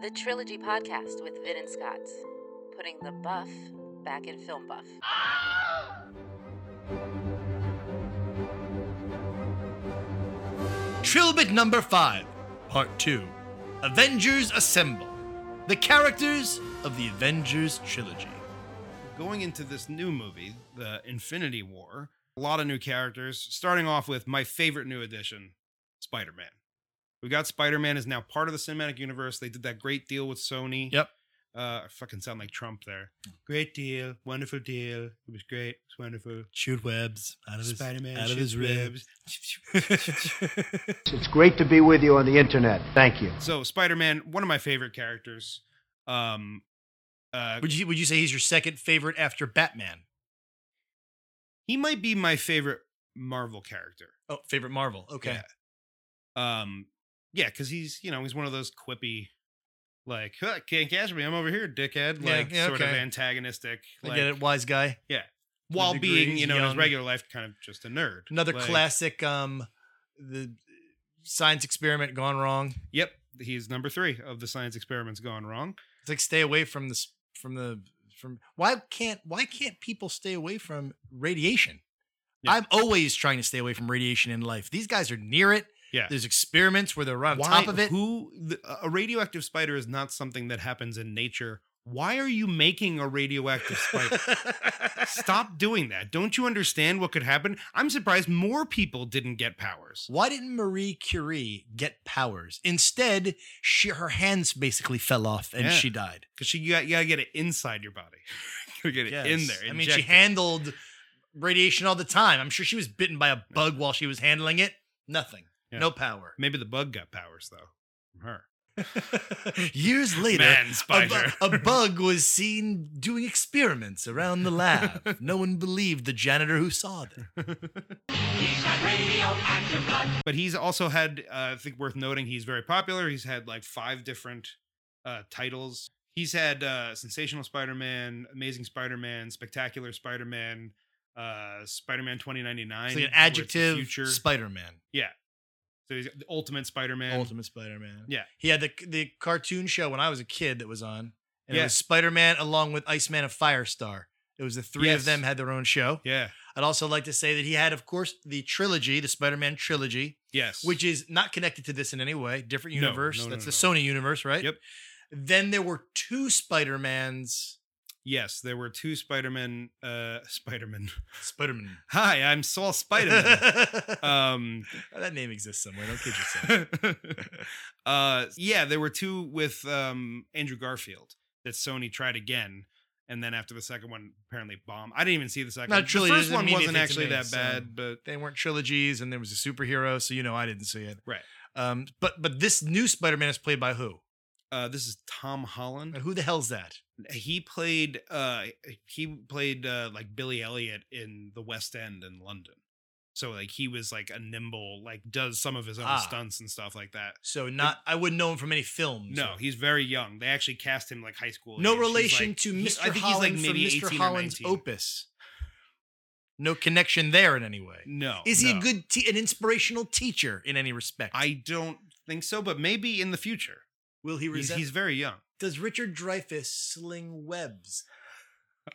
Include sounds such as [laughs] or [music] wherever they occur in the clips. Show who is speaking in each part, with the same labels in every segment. Speaker 1: The Trilogy Podcast with Vin and Scott, putting the buff back in film buff.
Speaker 2: Trilbit number 5, part 2. Avengers Assemble. The characters of the Avengers trilogy.
Speaker 3: going into this new movie, the Infinity War, a lot of new characters, starting off with my favorite new addition, Spider Man. We got Spider Man is now part of the cinematic universe. They did that great deal with Sony.
Speaker 2: Yep.
Speaker 3: Uh, I fucking sound like Trump there. Oh. Great deal, wonderful deal. It was great. It's wonderful.
Speaker 2: Shoot webs out of his,
Speaker 3: Spider-Man
Speaker 2: out of his
Speaker 3: shoots
Speaker 2: ribs.
Speaker 4: It's great to be with you on the internet. Thank you.
Speaker 3: So Spider Man, one of my favorite characters. Um, uh,
Speaker 2: [laughs] would, you, would you say he's your second favorite after Batman?
Speaker 3: he might be my favorite Marvel character.
Speaker 2: Oh, favorite Marvel. Okay.
Speaker 3: Yeah. Um, yeah, because he's you know he's one of those quippy, like huh, can't catch me, I'm over here, dickhead.
Speaker 2: Yeah,
Speaker 3: Like
Speaker 2: yeah,
Speaker 3: sort of
Speaker 2: okay.
Speaker 3: antagonistic.
Speaker 2: I
Speaker 3: Like,
Speaker 2: get it, wise guy.
Speaker 3: While
Speaker 2: The
Speaker 3: being
Speaker 2: degrees,
Speaker 3: you know in his
Speaker 2: young.
Speaker 3: regular life kind of just a nerd.
Speaker 2: Another
Speaker 3: Like,
Speaker 2: classic um the science experiment gone wrong.
Speaker 3: Yep, he's number three of the science experiments gone wrong.
Speaker 2: It's like stay away from this from the from why can't why can't people stay away from radiation?
Speaker 3: Yeah.
Speaker 2: I'm always trying to stay away from radiation in life. These guys are near it.
Speaker 3: Yeah.
Speaker 2: There's experiments where they're on top of it.
Speaker 3: Who the, a radioactive spider is not something that happens in nature. Why are you making a radioactive spider?
Speaker 2: [laughs]
Speaker 3: Stop doing that. Don't you understand what could happen? I'm surprised more people didn't get powers.
Speaker 2: Why didn't Marie Curie get powers? Instead, she her hands basically fell off and
Speaker 3: Yeah.
Speaker 2: she died.
Speaker 3: because she you gotta, you gotta get it inside your body. [laughs] you gotta get it in
Speaker 2: Yes.
Speaker 3: there.
Speaker 2: I mean, she
Speaker 3: inject it.
Speaker 2: handled radiation all the time. I'm sure she was bitten by a bug while she was handling it. Nothing.
Speaker 3: Yeah.
Speaker 2: No power. [laughs]
Speaker 3: Maybe the bug got powers though from her. [laughs]
Speaker 2: Years later,
Speaker 3: Man,
Speaker 2: a,
Speaker 3: spider.
Speaker 2: bu- a bug was seen doing experiments around the
Speaker 3: [laughs]
Speaker 2: lab. no one believed the janitor who saw them.
Speaker 3: but he's also had, uh, I think, worth noting, he's very popular. He's had like five different uh, titles. He's had uh, Sensational Spider Man, Amazing Spider Man, Spectacular Spider Man, uh, Spider Man 2099.
Speaker 2: It's like an
Speaker 3: where it's the
Speaker 2: adjective
Speaker 3: future.
Speaker 2: Spider Man.
Speaker 3: so he's got the Ultimate Spider Man.
Speaker 2: Ultimate Spider Man.
Speaker 3: Yeah.
Speaker 2: He had the the cartoon show when I was a kid that was on. And it
Speaker 3: Yeah.
Speaker 2: was Spider Man along with Iceman and Firestar. It was the three of
Speaker 3: Yes.
Speaker 2: them had their own show.
Speaker 3: Yeah.
Speaker 2: I'd also like to say that he had, of course, the trilogy, the Spider Man trilogy,
Speaker 3: Yes.
Speaker 2: which is not connected to this in any way, different
Speaker 3: No,
Speaker 2: universe.
Speaker 3: no, no,
Speaker 2: That's
Speaker 3: no,
Speaker 2: the
Speaker 3: no.
Speaker 2: Sony universe, right?
Speaker 3: Yep.
Speaker 2: Then there were two Spider Mans.
Speaker 3: yes, there were two Spider Man. Uh, Spider Man.
Speaker 2: Spider Man.
Speaker 3: Hi, I'm Saul Spider Man.
Speaker 2: [laughs] Oh, that
Speaker 3: um
Speaker 2: name exists somewhere. Don't kid yourself.
Speaker 3: [laughs] uh yeah there were two with um andrew garfield that sony tried again and then after the second one apparently bomb i didn't even see the second
Speaker 2: Not
Speaker 3: one
Speaker 2: truly,
Speaker 3: the
Speaker 2: it
Speaker 3: first
Speaker 2: doesn't
Speaker 3: one
Speaker 2: mean
Speaker 3: wasn't
Speaker 2: anything to me,
Speaker 3: actually that
Speaker 2: so-
Speaker 3: bad but
Speaker 2: they weren't trilogies and there was a superhero, so you know I didn't see it.
Speaker 3: Right.
Speaker 2: Um, but but this new Spider-Man is played by who?
Speaker 3: uh this is tom
Speaker 2: And
Speaker 3: holland
Speaker 2: who the hell's that?
Speaker 3: he played uh he played uh like billy elliot in the west end in london so like he was like a nimble like does some of his own
Speaker 2: Ah.
Speaker 3: stunts and stuff like that
Speaker 2: So not I wouldn't know him from any films.
Speaker 3: no,
Speaker 2: or-
Speaker 3: he's very young. They actually cast him like high school.
Speaker 2: no
Speaker 3: age. He's,
Speaker 2: relation
Speaker 3: like-
Speaker 2: to
Speaker 3: he-
Speaker 2: Mr. Holland from
Speaker 3: 18
Speaker 2: Mr.
Speaker 3: or
Speaker 2: Holland's
Speaker 3: 19.
Speaker 2: opus. No connection there in any way.
Speaker 3: No.
Speaker 2: Is he
Speaker 3: no.
Speaker 2: a good te- an inspirational teacher in any respect?
Speaker 3: I don't think so, but maybe in the future.
Speaker 2: will he
Speaker 3: He's,
Speaker 2: resent?
Speaker 3: he's very young.
Speaker 2: does Richard Dreyfuss sling webs?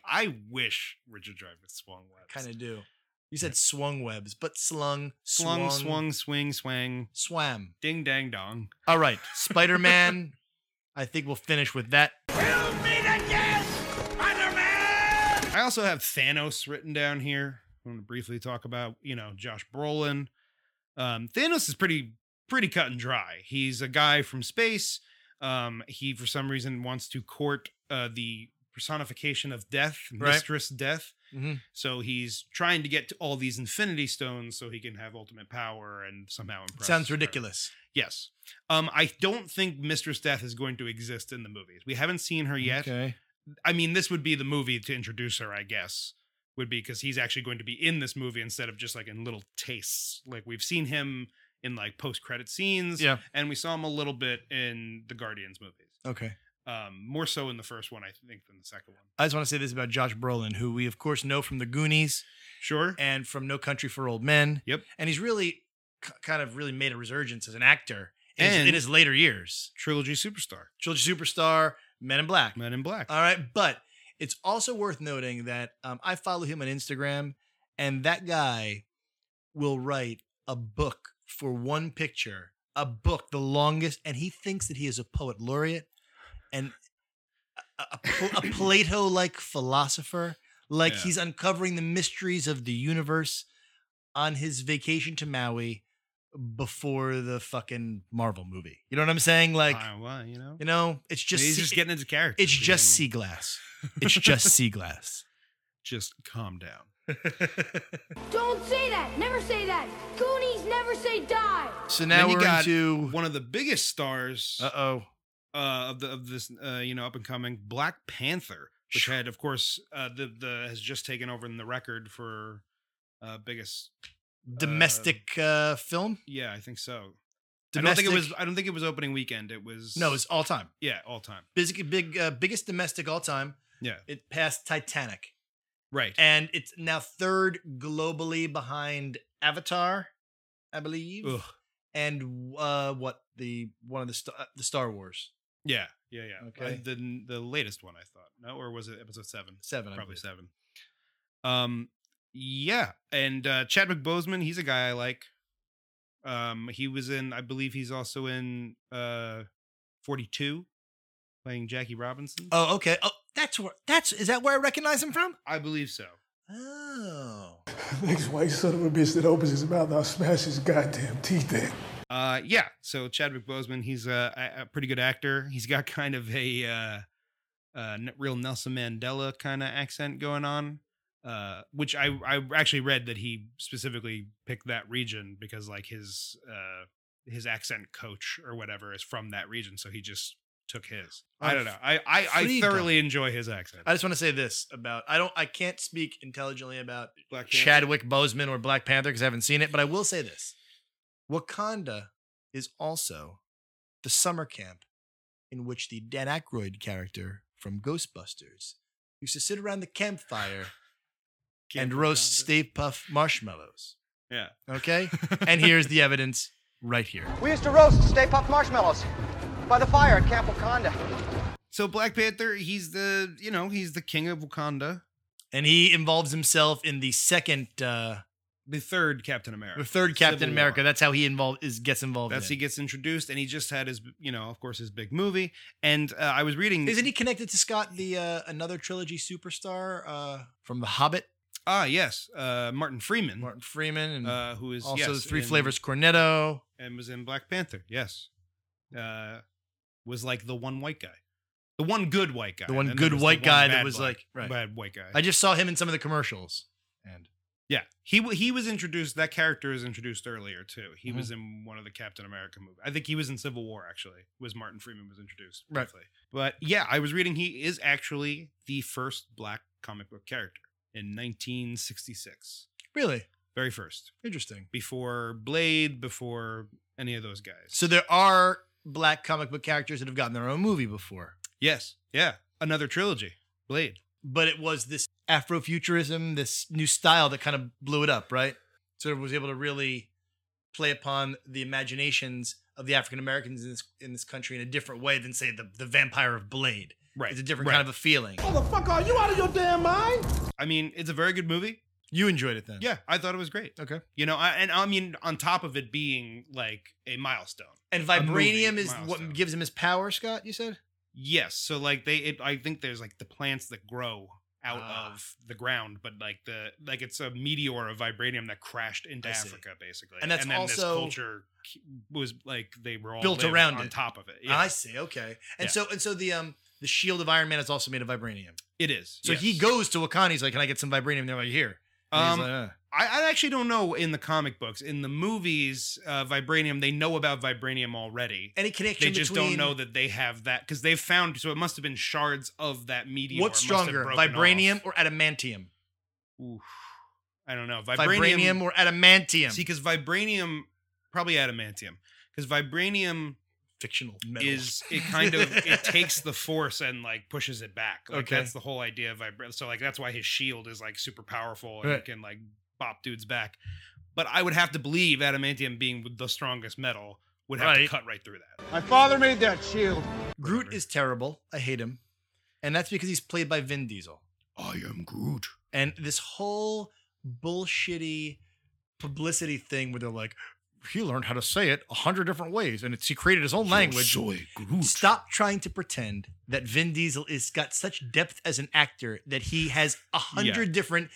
Speaker 3: I wish Richard Dreyfuss swung webs.
Speaker 2: Kind of do. You said swung webs, but slung,
Speaker 3: slung,
Speaker 2: swung,
Speaker 3: swung, swing, swang,
Speaker 2: swam.
Speaker 3: ding, dang, dong.
Speaker 2: All right, Spider Man. [laughs] I think we'll finish with that.
Speaker 3: I also have Thanos written down here. I want to briefly talk about you know Josh Brolin. Um, Thanos is pretty pretty cut and dry. He's a guy from space. Um, he for some reason wants to court uh, the personification of death,
Speaker 2: Right.
Speaker 3: Mistress Death.
Speaker 2: Mhm.
Speaker 3: So he's trying to get to all these Infinity Stones so he can have ultimate power and somehow impress.
Speaker 2: Sounds
Speaker 3: her.
Speaker 2: ridiculous.
Speaker 3: Yes. Um, I don't think Mistress Death is going to exist in the movies. We haven't seen her yet.
Speaker 2: Okay.
Speaker 3: I mean, this would be the movie to introduce her, I guess, would be because he's actually going to be in this movie instead of just like in little tastes. Like we've seen him in like post credit scenes,
Speaker 2: Yeah.
Speaker 3: and we saw him a little bit in the Guardians movies.
Speaker 2: Okay.
Speaker 3: Um, more so in the first one, I think, than the second one.
Speaker 2: I just want to say this about Josh Brolin, who we of course know from The Goonies
Speaker 3: Sure.
Speaker 2: and from No Country for Old Men.
Speaker 3: Yep.
Speaker 2: And he's really k- kind of really made a resurgence as an actor in, his-
Speaker 3: And-
Speaker 2: in his later years.
Speaker 3: Trilogy superstar,
Speaker 2: Trilogy Superstar, Men in Black.
Speaker 3: Men in Black.
Speaker 2: All right, but it's also worth noting that um, I follow him on Instagram, and that guy will write a book for one picture, a book, the longest, and he thinks that he is a poet laureate and a, a,
Speaker 3: [laughs]
Speaker 2: a Plato like philosopher. Like
Speaker 3: Yeah.
Speaker 2: he's uncovering the mysteries of the universe on his vacation to Maui before the fucking Marvel movie. You know what I'm saying? Like,
Speaker 3: Uh, well, you know,
Speaker 2: you know, it's just
Speaker 3: he's
Speaker 2: se-
Speaker 3: just getting into character.
Speaker 2: it's just sea glass. It's just [laughs] sea glass.
Speaker 3: just
Speaker 2: [laughs]
Speaker 3: calm down.
Speaker 5: Don't say that. Never say that. Goonies never say
Speaker 6: [laughs]
Speaker 5: die.
Speaker 2: So
Speaker 3: Then
Speaker 2: now
Speaker 3: you
Speaker 2: we're
Speaker 3: got
Speaker 2: into
Speaker 3: One of the biggest stars
Speaker 2: uh oh.
Speaker 3: uh, of the of this uh, you know up and coming Black Panther, which
Speaker 2: Sure.
Speaker 3: had of course uh, the the has just taken over in the record for uh, biggest.
Speaker 2: Domestic uh, film.
Speaker 3: Yeah, I think so.
Speaker 2: Domestic.
Speaker 3: I don't think it was. I don't think it was opening weekend. It was
Speaker 2: no, it's all time.
Speaker 3: yeah, all time.
Speaker 2: Big, big, uh, biggest domestic all time.
Speaker 3: Yeah,
Speaker 2: It passed Titanic,
Speaker 3: right.
Speaker 2: and it's now third globally behind Avatar, I believe,
Speaker 3: Ugh.
Speaker 2: and uh, what the one of the sta- uh, the Star Wars
Speaker 3: Yeah, yeah, yeah.
Speaker 2: Okay.
Speaker 3: Uh, the the latest one I thought. No, or was it episode seven?
Speaker 2: seven. I
Speaker 3: Probably
Speaker 2: believe.
Speaker 3: seven. Um, yeah, and uh, Chadwick Boseman, he's a guy I like. Um, he was in, I believe, he's also in uh, Forty Two, playing Jackie Robinson.
Speaker 2: Oh, okay. Oh, that's where. That's is that where I recognize him from?
Speaker 3: I believe so.
Speaker 2: Oh,
Speaker 6: Next white son of a bitch that opens his mouth, I'll smash his goddamn teeth in.
Speaker 3: Uh, yeah. So Chadwick Boseman, he's a, a- a pretty good actor. He's got [laughs] kind of a uh, uh, n- real Nelson Mandela kind of accent going on, uh, which I I actually read that he specifically picked that region because like his uh, his accent coach or whatever is from that region, so he just took his. I don't know. I I, I
Speaker 2: Freedom.
Speaker 3: thoroughly enjoy his accent.
Speaker 2: I just want to say this about I don't I can't speak intelligently about
Speaker 3: Black Panther.
Speaker 2: Chadwick Boseman or Black Panther because I haven't seen it, but I will say this: Wakanda is also the summer camp in which the Dan Aykroyd character from Ghostbusters used to sit around the campfire
Speaker 3: [laughs]
Speaker 2: and roast Stay Puff marshmallows.
Speaker 3: Yeah. [laughs]
Speaker 2: Okay, and here's the evidence right here.
Speaker 7: We used to roast Stay Puft marshmallows by the fire at Camp Wakanda.
Speaker 3: So Black Panther, he's the you know he's the king of Wakanda,
Speaker 2: And he involves himself in the second, uh,
Speaker 3: the third Captain America,
Speaker 2: the third Captain
Speaker 3: Civil War.
Speaker 2: America. That's how he involved is gets involved.
Speaker 3: That's
Speaker 2: in.
Speaker 3: he gets introduced, and he just had his, you know, of course, his big movie. And uh, I was reading,
Speaker 2: Isn't he connected to Scott, the uh, another trilogy superstar uh, from The Hobbit?
Speaker 3: Ah, yes, uh, Martin Freeman,
Speaker 2: Martin Freeman and
Speaker 3: uh, who is
Speaker 2: also
Speaker 3: yes,
Speaker 2: Three
Speaker 3: in-
Speaker 2: Flavors Cornetto.
Speaker 3: and was in Black Panther. Yes, uh, was like the one white guy, the one good white guy,
Speaker 2: The one
Speaker 3: and then
Speaker 2: good
Speaker 3: there was the
Speaker 2: white
Speaker 3: one
Speaker 2: guy that
Speaker 3: bad
Speaker 2: was
Speaker 3: black-
Speaker 2: like- right.
Speaker 3: bad white guy.
Speaker 2: I just saw him in some of the commercials. And
Speaker 3: yeah, he wa- he was introduced. That character was introduced earlier too. He
Speaker 2: Mm-hmm.
Speaker 3: was in one of the Captain America movies. I think he was in Civil War actually. Was Martin Freeman was introduced
Speaker 2: Right.
Speaker 3: briefly. But yeah, I was reading he is actually the first black comic book character in 1966.
Speaker 2: really
Speaker 3: Very first.
Speaker 2: interesting.
Speaker 3: Before Blade, before any of those guys.
Speaker 2: So there are black comic book characters that have gotten their own movie before,
Speaker 3: yes, yeah, another trilogy, Blade.
Speaker 2: but it was this Afrofuturism, this new style that kind of blew it up, right? So it was able to really play upon the imaginations of the African Americans in this in this country in a different way than say the the Vampire of Blade.
Speaker 3: Right,
Speaker 2: It's a different
Speaker 3: right.
Speaker 2: kind of a feeling.
Speaker 6: Motherfucker, are you out of your damn mind?
Speaker 3: I mean, it's a very good movie.
Speaker 2: You enjoyed it then.
Speaker 3: Yeah, I thought it was great.
Speaker 2: Okay.
Speaker 3: You know, I, and I mean, on top of it being like a milestone.
Speaker 2: And
Speaker 3: A movie
Speaker 2: vibranium is
Speaker 3: milestone.
Speaker 2: what gives him his power, Scott, you said?
Speaker 3: Yes. So like they, it, I think there's like the plants that grow out
Speaker 2: Ah.
Speaker 3: of the ground, but like the like it's a meteor of vibranium that crashed into
Speaker 2: I see.
Speaker 3: Africa basically,
Speaker 2: And that's
Speaker 3: then this
Speaker 2: also-
Speaker 3: culture k- was like they were all
Speaker 2: Built
Speaker 3: lived
Speaker 2: around
Speaker 3: on
Speaker 2: it.
Speaker 3: top of it. Yeah,
Speaker 2: I see. Okay. And
Speaker 3: Yeah.
Speaker 2: so and so the um the shield of Iron Man is also made of vibranium.
Speaker 3: it is.
Speaker 2: So
Speaker 3: yes.
Speaker 2: he goes to Wakanda, he's like, Can I get some vibranium? And they're like, Here. And he's
Speaker 3: Um,
Speaker 2: like, "Uh."
Speaker 3: I, I actually don't know in the comic books, in the movies, uh, vibranium. They know about vibranium already.
Speaker 2: any connection
Speaker 3: They just
Speaker 2: between
Speaker 3: don't know that they have that because they've found. So it must have been shards of that meteor.
Speaker 2: what's
Speaker 3: It must have
Speaker 2: stronger,
Speaker 3: broken
Speaker 2: vibranium
Speaker 3: off.
Speaker 2: or adamantium?
Speaker 3: Oof. I don't know. vibranium
Speaker 2: Vibranium, or adamantium.
Speaker 3: See, because vibranium, probably adamantium, because vibranium
Speaker 2: Fictional metal.
Speaker 3: is it
Speaker 2: [laughs]
Speaker 3: kind of it takes the force and like pushes it back. Like
Speaker 2: Okay.
Speaker 3: that's the whole idea of vibra- So like that's why his shield is like super powerful and
Speaker 2: Right.
Speaker 3: can like bop dudes back. But I would have to believe adamantium being the strongest metal would have
Speaker 2: Right.
Speaker 3: to cut right through that.
Speaker 7: My father made that shield.
Speaker 2: Groot is terrible. I hate him. And that's because he's played by Vin Diesel.
Speaker 3: I am Groot.
Speaker 2: And this whole bullshitty publicity thing where they're like, he learned how to say it a hundred different ways, and it's he created his own language.
Speaker 3: Groot.
Speaker 2: Stop trying to pretend that Vin Diesel is got such depth as an actor that he has a hundred different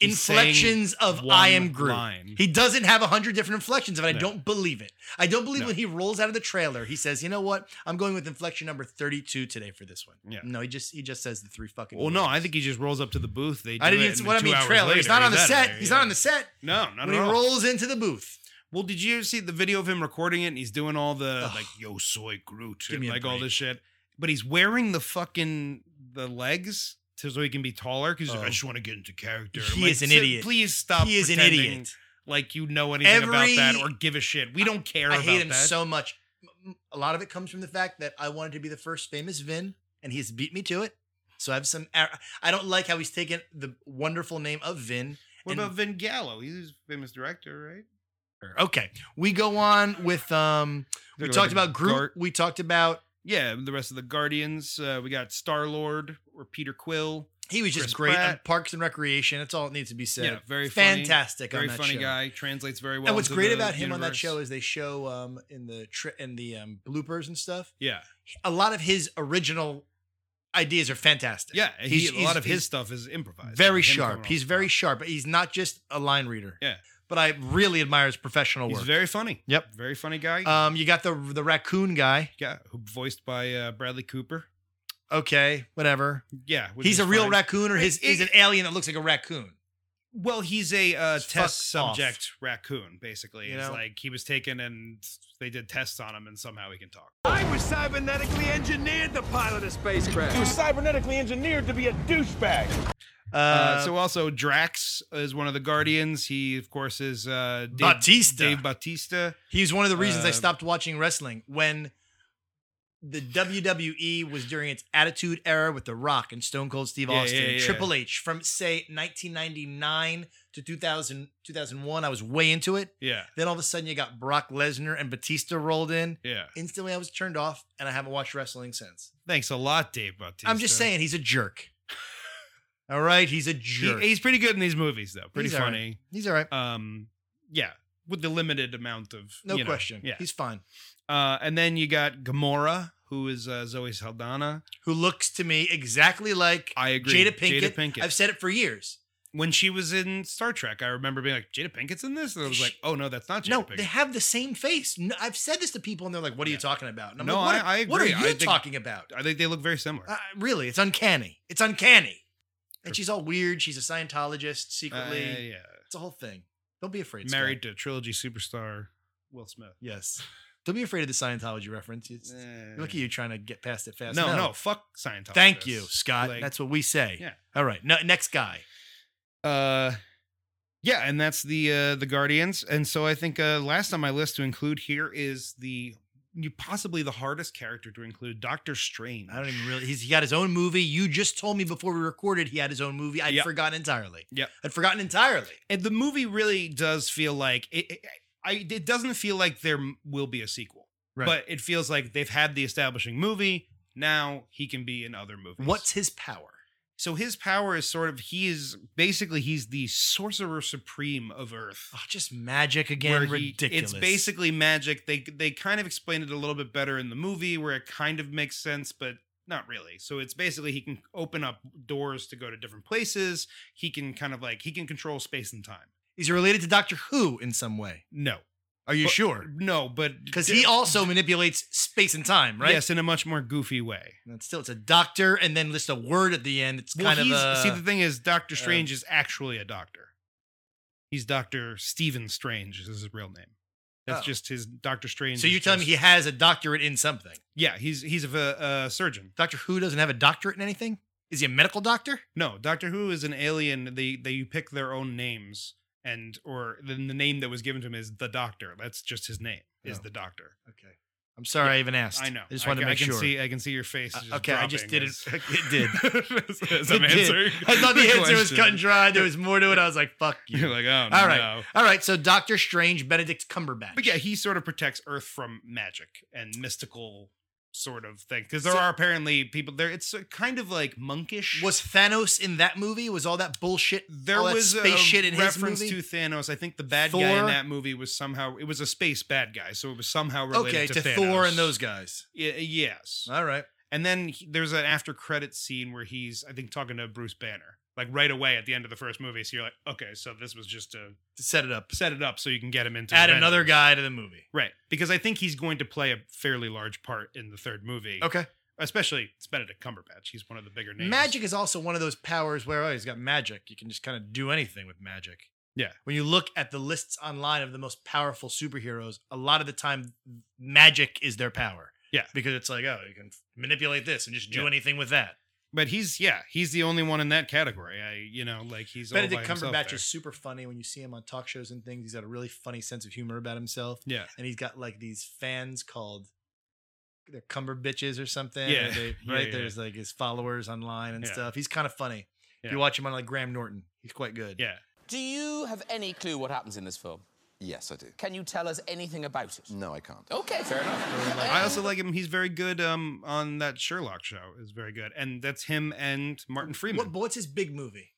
Speaker 3: He's saying
Speaker 2: inflections of "I am
Speaker 3: one
Speaker 2: Groot."
Speaker 3: line.
Speaker 2: He doesn't have a hundred different inflections of it. I
Speaker 3: No.
Speaker 2: don't believe it. I don't believe
Speaker 3: No.
Speaker 2: when he rolls out of the trailer, he says, "You know what? I'm going with inflection number 32 today for this one."
Speaker 3: Yeah.
Speaker 2: No, he just he just says the three fucking.
Speaker 3: Well, no,
Speaker 2: words.
Speaker 3: I think he just rolls up to the booth. They do
Speaker 2: I didn't
Speaker 3: it
Speaker 2: even see
Speaker 3: and
Speaker 2: what I
Speaker 3: two
Speaker 2: mean.
Speaker 3: hours
Speaker 2: Trailer. he's
Speaker 3: later,
Speaker 2: not on the
Speaker 3: outta
Speaker 2: set.
Speaker 3: there,
Speaker 2: He's
Speaker 3: yeah.
Speaker 2: not on the set.
Speaker 3: No, not
Speaker 2: when
Speaker 3: at
Speaker 2: he
Speaker 3: all.
Speaker 2: rolls into the booth,
Speaker 3: Well, did you see the video of him recording it? And he's doing all the
Speaker 2: Ugh.
Speaker 3: like "Yo soy Groot"
Speaker 2: Give me
Speaker 3: and
Speaker 2: a
Speaker 3: like all
Speaker 2: break.
Speaker 3: this shit, but he's wearing the fucking the legs to, so he can be taller. Because
Speaker 2: Oh.
Speaker 3: I just want to get into character. I'm
Speaker 2: He
Speaker 3: like,
Speaker 2: is an
Speaker 3: "Sir,
Speaker 2: idiot.
Speaker 3: Please stop.
Speaker 2: he is an
Speaker 3: pretending
Speaker 2: idiot.
Speaker 3: Like you know anything about
Speaker 2: Every-
Speaker 3: that or give a shit. We don't care.
Speaker 2: I
Speaker 3: about
Speaker 2: hate him
Speaker 3: that.
Speaker 2: so much. M- m- A lot of it comes from the fact that I wanted to be the first famous Vin, and he has beat me to it. So I have some. ar- I don't like how he's taken the wonderful name of Vin.
Speaker 3: What
Speaker 2: and-
Speaker 3: about Vin Gallo? He's a famous director, right?
Speaker 2: Okay, we go on with. um We
Speaker 3: Like
Speaker 2: talked
Speaker 3: a
Speaker 2: about Groot.
Speaker 3: guard-
Speaker 2: We talked about
Speaker 3: Yeah, the rest of the Guardians. Uh, we got Star Lord or Peter Quill.
Speaker 2: he was just
Speaker 3: Chris
Speaker 2: great on
Speaker 3: Pratt.
Speaker 2: Parks and Recreation. That's all it needs to be said.
Speaker 3: Yeah, very funny,
Speaker 2: fantastic. on
Speaker 3: Very
Speaker 2: that
Speaker 3: funny
Speaker 2: show.
Speaker 3: guy. Translates very well.
Speaker 2: And what's
Speaker 3: into
Speaker 2: great
Speaker 3: the
Speaker 2: about him on that
Speaker 3: universe.
Speaker 2: show is they show um in the tri- in the um, bloopers and stuff.
Speaker 3: yeah,
Speaker 2: A lot of his original ideas are fantastic.
Speaker 3: Yeah, and he,
Speaker 2: He's-
Speaker 3: a lot
Speaker 2: he's-
Speaker 3: of his
Speaker 2: he's-
Speaker 3: stuff is improvised.
Speaker 2: Very
Speaker 3: Him coming
Speaker 2: sharp.
Speaker 3: off
Speaker 2: He's
Speaker 3: the
Speaker 2: very
Speaker 3: top.
Speaker 2: sharp. He's not just a line reader.
Speaker 3: Yeah.
Speaker 2: But I really admire his professional
Speaker 3: He's
Speaker 2: work.
Speaker 3: very funny.
Speaker 2: Yep.
Speaker 3: Very funny guy.
Speaker 2: um, you got the the raccoon guy.
Speaker 3: yeah, who voiced by uh, Bradley Cooper.
Speaker 2: Okay, whatever.
Speaker 3: Yeah, which
Speaker 2: he's
Speaker 3: is
Speaker 2: a real
Speaker 3: fine.
Speaker 2: raccoon, or
Speaker 3: Wait,
Speaker 2: his, he's
Speaker 3: it-
Speaker 2: an alien that looks like a raccoon.
Speaker 3: Well, he's a uh,
Speaker 2: Fuck
Speaker 3: test
Speaker 2: off.
Speaker 3: subject raccoon, basically.
Speaker 2: You
Speaker 3: it's
Speaker 2: know?
Speaker 3: like he was taken and they did tests on him, and somehow he can talk.
Speaker 8: I was cybernetically engineered to pilot a spacecraft. You were cybernetically engineered to be a douchebag.
Speaker 2: Uh,
Speaker 3: Uh, so also Drax is one of the guardians. He of course is uh, Dave,
Speaker 2: Bautista.
Speaker 3: Dave Bautista.
Speaker 2: he's one of the reasons I
Speaker 3: uh,
Speaker 2: stopped watching wrestling when the WWE was during its Attitude Era with The Rock and Stone Cold Steve
Speaker 3: Yeah,
Speaker 2: Austin,
Speaker 3: yeah, yeah.
Speaker 2: Triple H, from say 1999 to 2000 2001. I was way into it.
Speaker 3: Yeah,
Speaker 2: Then all of a sudden, you got Brock Lesnar and Batista rolled in.
Speaker 3: yeah.
Speaker 2: Instantly, I was turned off, and I haven't watched wrestling since.
Speaker 3: Thanks a lot, Dave Bautista.
Speaker 2: I'm just saying, he's a
Speaker 3: [laughs]
Speaker 2: jerk. all right, he's a
Speaker 3: He-
Speaker 2: jerk.
Speaker 3: he's pretty good in these movies, though. Pretty
Speaker 2: He's all right.
Speaker 3: funny.
Speaker 2: he's all right.
Speaker 3: um yeah with the limited amount of
Speaker 2: No
Speaker 3: you know,
Speaker 2: question.
Speaker 3: yeah
Speaker 2: He's fine.
Speaker 3: uh and then you got Gamora who is uh, Zoe Saldana
Speaker 2: Who looks to me exactly like
Speaker 3: I agree.
Speaker 2: Jada Pinkett.
Speaker 3: Jada Pinkett.
Speaker 2: I've said it for years.
Speaker 3: when she was in Star Trek I remember being like Jada Pinkett's in this and I was like oh no that's not Jada
Speaker 2: no,
Speaker 3: Pinkett
Speaker 2: they have the same face. No, I've said this to people, and they're like, "What are you talking about?" And I'm
Speaker 3: No,
Speaker 2: like, what,
Speaker 3: I- I
Speaker 2: are- what are
Speaker 3: agree.
Speaker 2: you
Speaker 3: I think-
Speaker 2: talking about?"
Speaker 3: I think they look very similar
Speaker 2: Uh, really, it's uncanny. It's uncanny. And she's all weird. She's a Scientologist secretly.
Speaker 3: Uh, yeah
Speaker 2: It's a whole thing. Don't be afraid. Scott.
Speaker 3: married to trilogy superstar Will Smith
Speaker 2: Yes. Don't be afraid of the Scientology reference. It's, Look at you trying to get past it fast.
Speaker 3: no no fuck Scientology
Speaker 2: Thank you, Scott.
Speaker 3: Like,
Speaker 2: That's what we say.
Speaker 3: Yeah.
Speaker 2: All right. No, next guy.
Speaker 3: uh yeah and that's the uh the guardians and so i think uh last on my list to include here is the you possibly the hardest character to include doctor strange
Speaker 2: I don't even really. He's he got his own movie. You just told me before we recorded he had his own movie. I'd
Speaker 3: Yep.
Speaker 2: forgotten entirely.
Speaker 3: Yep.
Speaker 2: I'd forgotten entirely.
Speaker 3: and the movie really does feel like it, it i it doesn't feel like there m- will be a sequel
Speaker 2: Right.
Speaker 3: but it feels like they've had the establishing movie now he can be in other movies
Speaker 2: What's his power?
Speaker 3: so his power is sort of he is basically he's the sorcerer supreme of earth
Speaker 2: Oh, just magic again.
Speaker 3: where he-
Speaker 2: Ridiculous.
Speaker 3: It's basically magic. They they kind of explain it a little bit better in the movie, where it kind of makes sense, but not really. So it's basically he can open up doors to go to different places. He can kind of like he can control space and time.
Speaker 2: He's related to Doctor Who in some way.
Speaker 3: No,
Speaker 2: Are you
Speaker 3: But-
Speaker 2: sure?
Speaker 3: no, but
Speaker 2: Because he also manipulates space and time, right?
Speaker 3: yes, in a much more goofy way.
Speaker 2: And still, it's a doctor, and then just a word at the end. It's
Speaker 3: Well,
Speaker 2: kind of
Speaker 3: he's-
Speaker 2: a. uh,
Speaker 3: see the thing is, Doctor Strange is actually a doctor. He's Doctor Stephen Strange is his real name. That's
Speaker 2: Oh.
Speaker 3: just his Doctor Strange.
Speaker 2: so
Speaker 3: is
Speaker 2: you're telling me
Speaker 3: just-
Speaker 2: he has a doctorate in something?
Speaker 3: yeah he's he's a, a surgeon.
Speaker 2: Doctor Who doesn't have a doctorate in anything? Is he a medical doctor?
Speaker 3: No, Doctor Who is an alien. They they you pick their own names and or then the name that was given to him is the Doctor. That's just his name is
Speaker 2: Oh.
Speaker 3: the Doctor.
Speaker 2: Okay. I'm sorry I even asked.
Speaker 3: I know.
Speaker 2: I just wanted to make
Speaker 3: I can
Speaker 2: sure.
Speaker 3: See, I can see your face.
Speaker 2: Uh,
Speaker 3: is
Speaker 2: okay, I just did
Speaker 3: dropping
Speaker 2: it. [laughs]
Speaker 3: as-
Speaker 2: It did.
Speaker 3: [laughs]
Speaker 2: [laughs]
Speaker 3: as, as I'm
Speaker 2: It did.
Speaker 3: answering.
Speaker 2: I
Speaker 3: [laughs]
Speaker 2: thought the answer was
Speaker 3: question.
Speaker 2: cut and dry. There was more to it. I was like,
Speaker 3: [laughs]
Speaker 2: fuck you.
Speaker 3: You're like, oh
Speaker 2: All right.
Speaker 3: no.
Speaker 2: All right. So Doctor Strange, Benedict Cumberbatch.
Speaker 3: But yeah, he sort of protects Earth from magic and mystical sort of thing because there
Speaker 2: So-
Speaker 3: are apparently people there. It's uh, kind of like monkish.
Speaker 2: was Thanos in that movie? Was all that bullshit?
Speaker 3: there
Speaker 2: all that
Speaker 3: was
Speaker 2: space
Speaker 3: a
Speaker 2: shit in
Speaker 3: reference
Speaker 2: his movie?
Speaker 3: to Thanos. I think the bad guy in
Speaker 2: Thor?
Speaker 3: that movie was somehow it was a space bad guy, so it was somehow related
Speaker 2: okay,
Speaker 3: to,
Speaker 2: to, Thor
Speaker 3: Thanos.
Speaker 2: and those guys.
Speaker 3: Yeah, yes.
Speaker 2: All right.
Speaker 3: And then he- there's an after credit scene where he's, I think, talking to Bruce Banner, like right away at the end of the first movie. So you're like, okay, so this was just to
Speaker 2: To set it up.
Speaker 3: set it up so you can get him into
Speaker 2: Add
Speaker 3: Avengers.
Speaker 2: another guy to the movie.
Speaker 3: right? Because I think he's going to play a fairly large part in the third movie.
Speaker 2: Okay.
Speaker 3: especially it's Benedict Cumberbatch. He's one of the bigger names.
Speaker 2: Magic is also one of those powers where oh, he's got magic. You can just kind of do anything with magic.
Speaker 3: Yeah.
Speaker 2: When you look at the lists online of the most powerful superheroes, a lot of the time magic is their power.
Speaker 3: Yeah.
Speaker 2: Because it's like, oh, you can manipulate this and just do
Speaker 3: Yeah.
Speaker 2: anything with that.
Speaker 3: but he's yeah, he's the only one in that category. I you know like he's all
Speaker 2: Benedict
Speaker 3: by himself
Speaker 2: Cumberbatch
Speaker 3: there.
Speaker 2: is super funny when you see him on talk shows and things. He's got a really funny sense of humor about himself.
Speaker 3: yeah.
Speaker 2: And he's got like these fans called they're Cumber bitches or something.
Speaker 3: Yeah.
Speaker 2: or they-
Speaker 3: [laughs] Yeah,
Speaker 2: right?
Speaker 3: yeah.
Speaker 2: There's like his followers online and
Speaker 3: Yeah.
Speaker 2: stuff. He's kind of funny. If
Speaker 3: Yeah.
Speaker 2: you watch him on like Graham Norton, he's quite good.
Speaker 3: Yeah.
Speaker 9: Do you have any clue what happens in this film?
Speaker 10: Yes, I do.
Speaker 9: Can you tell us anything about it?
Speaker 10: No, I can't.
Speaker 9: Okay, fair enough.
Speaker 3: I also like him. He's very good um, on that Sherlock show. Is very good, and that's him and Martin Freeman.
Speaker 2: What, what's his big movie?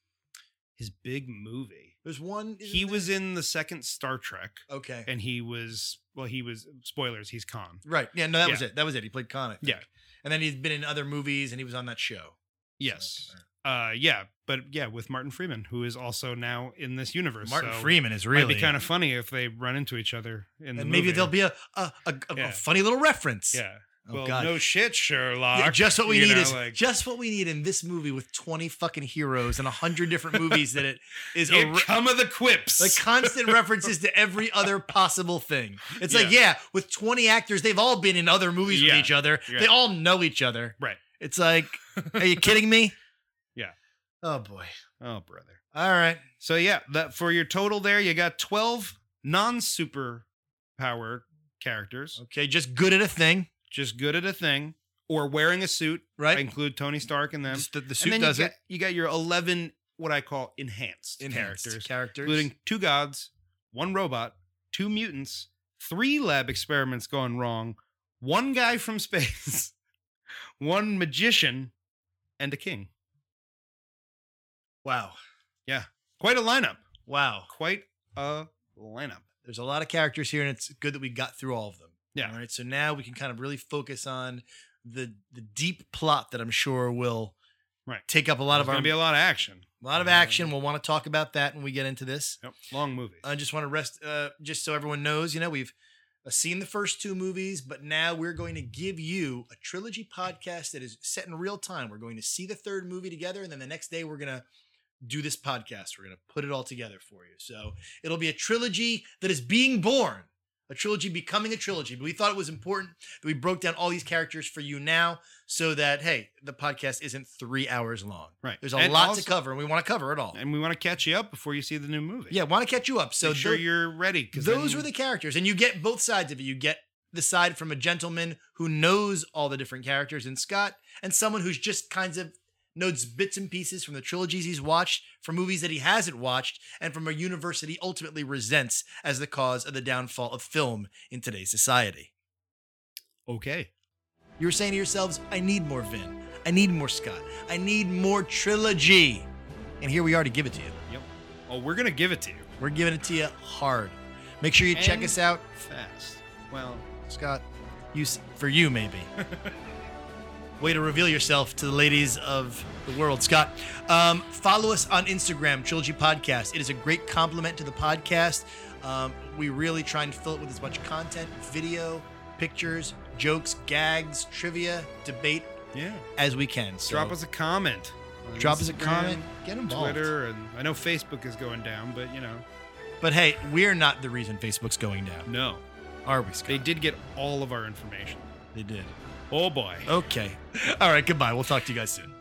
Speaker 3: his big movie.
Speaker 2: There's one.
Speaker 3: He
Speaker 2: isn't
Speaker 3: was in the second Star Trek,
Speaker 2: there? okay.
Speaker 3: and he was well. He was spoilers. He's Khan.
Speaker 2: right. Yeah. No, that
Speaker 3: Yeah.
Speaker 2: was it. That was it. He played Khan. I think.
Speaker 3: Yeah.
Speaker 2: And then he's been in other movies, and he was on that show.
Speaker 3: Yes. Uh, yeah, but yeah, with Martin Freeman, who is also now in this universe.
Speaker 2: Martin
Speaker 3: so
Speaker 2: Freeman is really
Speaker 3: Might be kind of funny if they run into each other in the
Speaker 2: and maybe
Speaker 3: movie.
Speaker 2: there'll be a a, a, a- a
Speaker 3: Yeah.
Speaker 2: funny little reference.
Speaker 3: Yeah.
Speaker 2: Oh,
Speaker 3: well,
Speaker 2: God.
Speaker 3: no shit, Sherlock.
Speaker 2: Yeah, just what we
Speaker 3: You
Speaker 2: need
Speaker 3: know,
Speaker 2: is
Speaker 3: like,
Speaker 2: just what we need in this movie with 20 fucking heroes and 100 different movies that it is a
Speaker 3: here
Speaker 2: re-
Speaker 3: come of the quips.
Speaker 2: like constant references to every other possible thing. It's like
Speaker 3: Yeah.
Speaker 2: yeah, with 20 actors, they've all been in other movies
Speaker 3: Yeah.
Speaker 2: with each other.
Speaker 3: Yeah.
Speaker 2: They all know each other.
Speaker 3: right.
Speaker 2: It's like are you kidding me?
Speaker 3: [laughs] Yeah.
Speaker 2: Oh boy.
Speaker 3: Oh, brother.
Speaker 2: All right.
Speaker 3: So yeah, that for your total there, you got twelve non-super power characters,
Speaker 2: Okay, just good at a thing,
Speaker 3: just good at a thing, or wearing a suit. I
Speaker 2: right?
Speaker 3: include Tony Stark in them.
Speaker 2: Just the, the
Speaker 3: and
Speaker 2: suit
Speaker 3: then you
Speaker 2: does
Speaker 3: got,
Speaker 2: it.
Speaker 3: you got your eleven what I call enhanced,
Speaker 2: Enhanced
Speaker 3: characters,
Speaker 2: characters,
Speaker 3: including two gods, one robot, two mutants, three lab experiments gone wrong, one guy from space, [laughs] one magician, and a king.
Speaker 2: wow,
Speaker 3: Quite a lineup.
Speaker 2: wow.
Speaker 3: Quite a lineup.
Speaker 2: there's a lot of characters here, and it's good that we got through all of them.
Speaker 3: Yeah.
Speaker 2: All right. So now we can kind of really focus on the the deep plot that I'm sure will
Speaker 3: Right.
Speaker 2: take up a lot
Speaker 3: There's
Speaker 2: of our
Speaker 3: gonna be a lot of action.
Speaker 2: lot of action. We'll want to talk about that when we get into this.
Speaker 3: Yep. Long movie.
Speaker 2: I just want to rest, uh, just so everyone knows, you know, we've uh, seen the first two movies, but now we're going to give you a trilogy podcast that is set in real time. We're going to see the third movie together, and then the next day we're going to do this podcast. We're going to put it all together for you. So it'll be a trilogy that is being born, a trilogy becoming a trilogy. But we thought it was important that we broke down all these characters for you now so that, hey, the podcast isn't three hours long.
Speaker 3: Right.
Speaker 2: There's a
Speaker 3: And
Speaker 2: lot
Speaker 3: also-
Speaker 2: to cover, and we want to cover it all.
Speaker 3: and we want to catch you up before you see the new movie.
Speaker 2: yeah, want to catch you up. So
Speaker 3: So sure
Speaker 2: tho-
Speaker 3: you're ready. 'cause
Speaker 2: those
Speaker 3: then-
Speaker 2: were the characters and you get both sides of it you get the side from a gentleman who knows all the different characters in scott and someone who's just kinds of knows bits and pieces from the trilogies he's watched from movies that he hasn't watched and from a universe that he ultimately resents as the cause of the downfall of film in today's society
Speaker 3: okay.
Speaker 2: you were saying to yourselves i need more vin i need more scott i need more trilogy and here we are to give it to you
Speaker 3: Yep. Oh, we're gonna give it to you
Speaker 2: we're giving it to you hard make sure you check
Speaker 3: And-
Speaker 2: us out
Speaker 3: fast. Well,
Speaker 2: Scott, you s- for you
Speaker 3: [laughs]
Speaker 2: maybe. Way to reveal yourself to the ladies of the world, Scott. Um, follow us on Instagram, Trilogy Podcast. It is a great compliment to the podcast. Um, we really try and fill it with as much content, video, pictures, jokes, gags, trivia, debate
Speaker 3: yeah.
Speaker 2: as we can. So
Speaker 3: drop us a comment. on
Speaker 2: drop us a
Speaker 3: Instagram,
Speaker 2: comment, get involved.
Speaker 3: Twitter, and I know Facebook is going down, but you know,
Speaker 2: But hey, we're not the reason Facebook's going down,
Speaker 3: no,
Speaker 2: are we, Scott?
Speaker 3: they did get all of our information.
Speaker 2: They did.
Speaker 3: Oh boy.
Speaker 2: Okay. All right. Goodbye. We'll talk to you guys soon.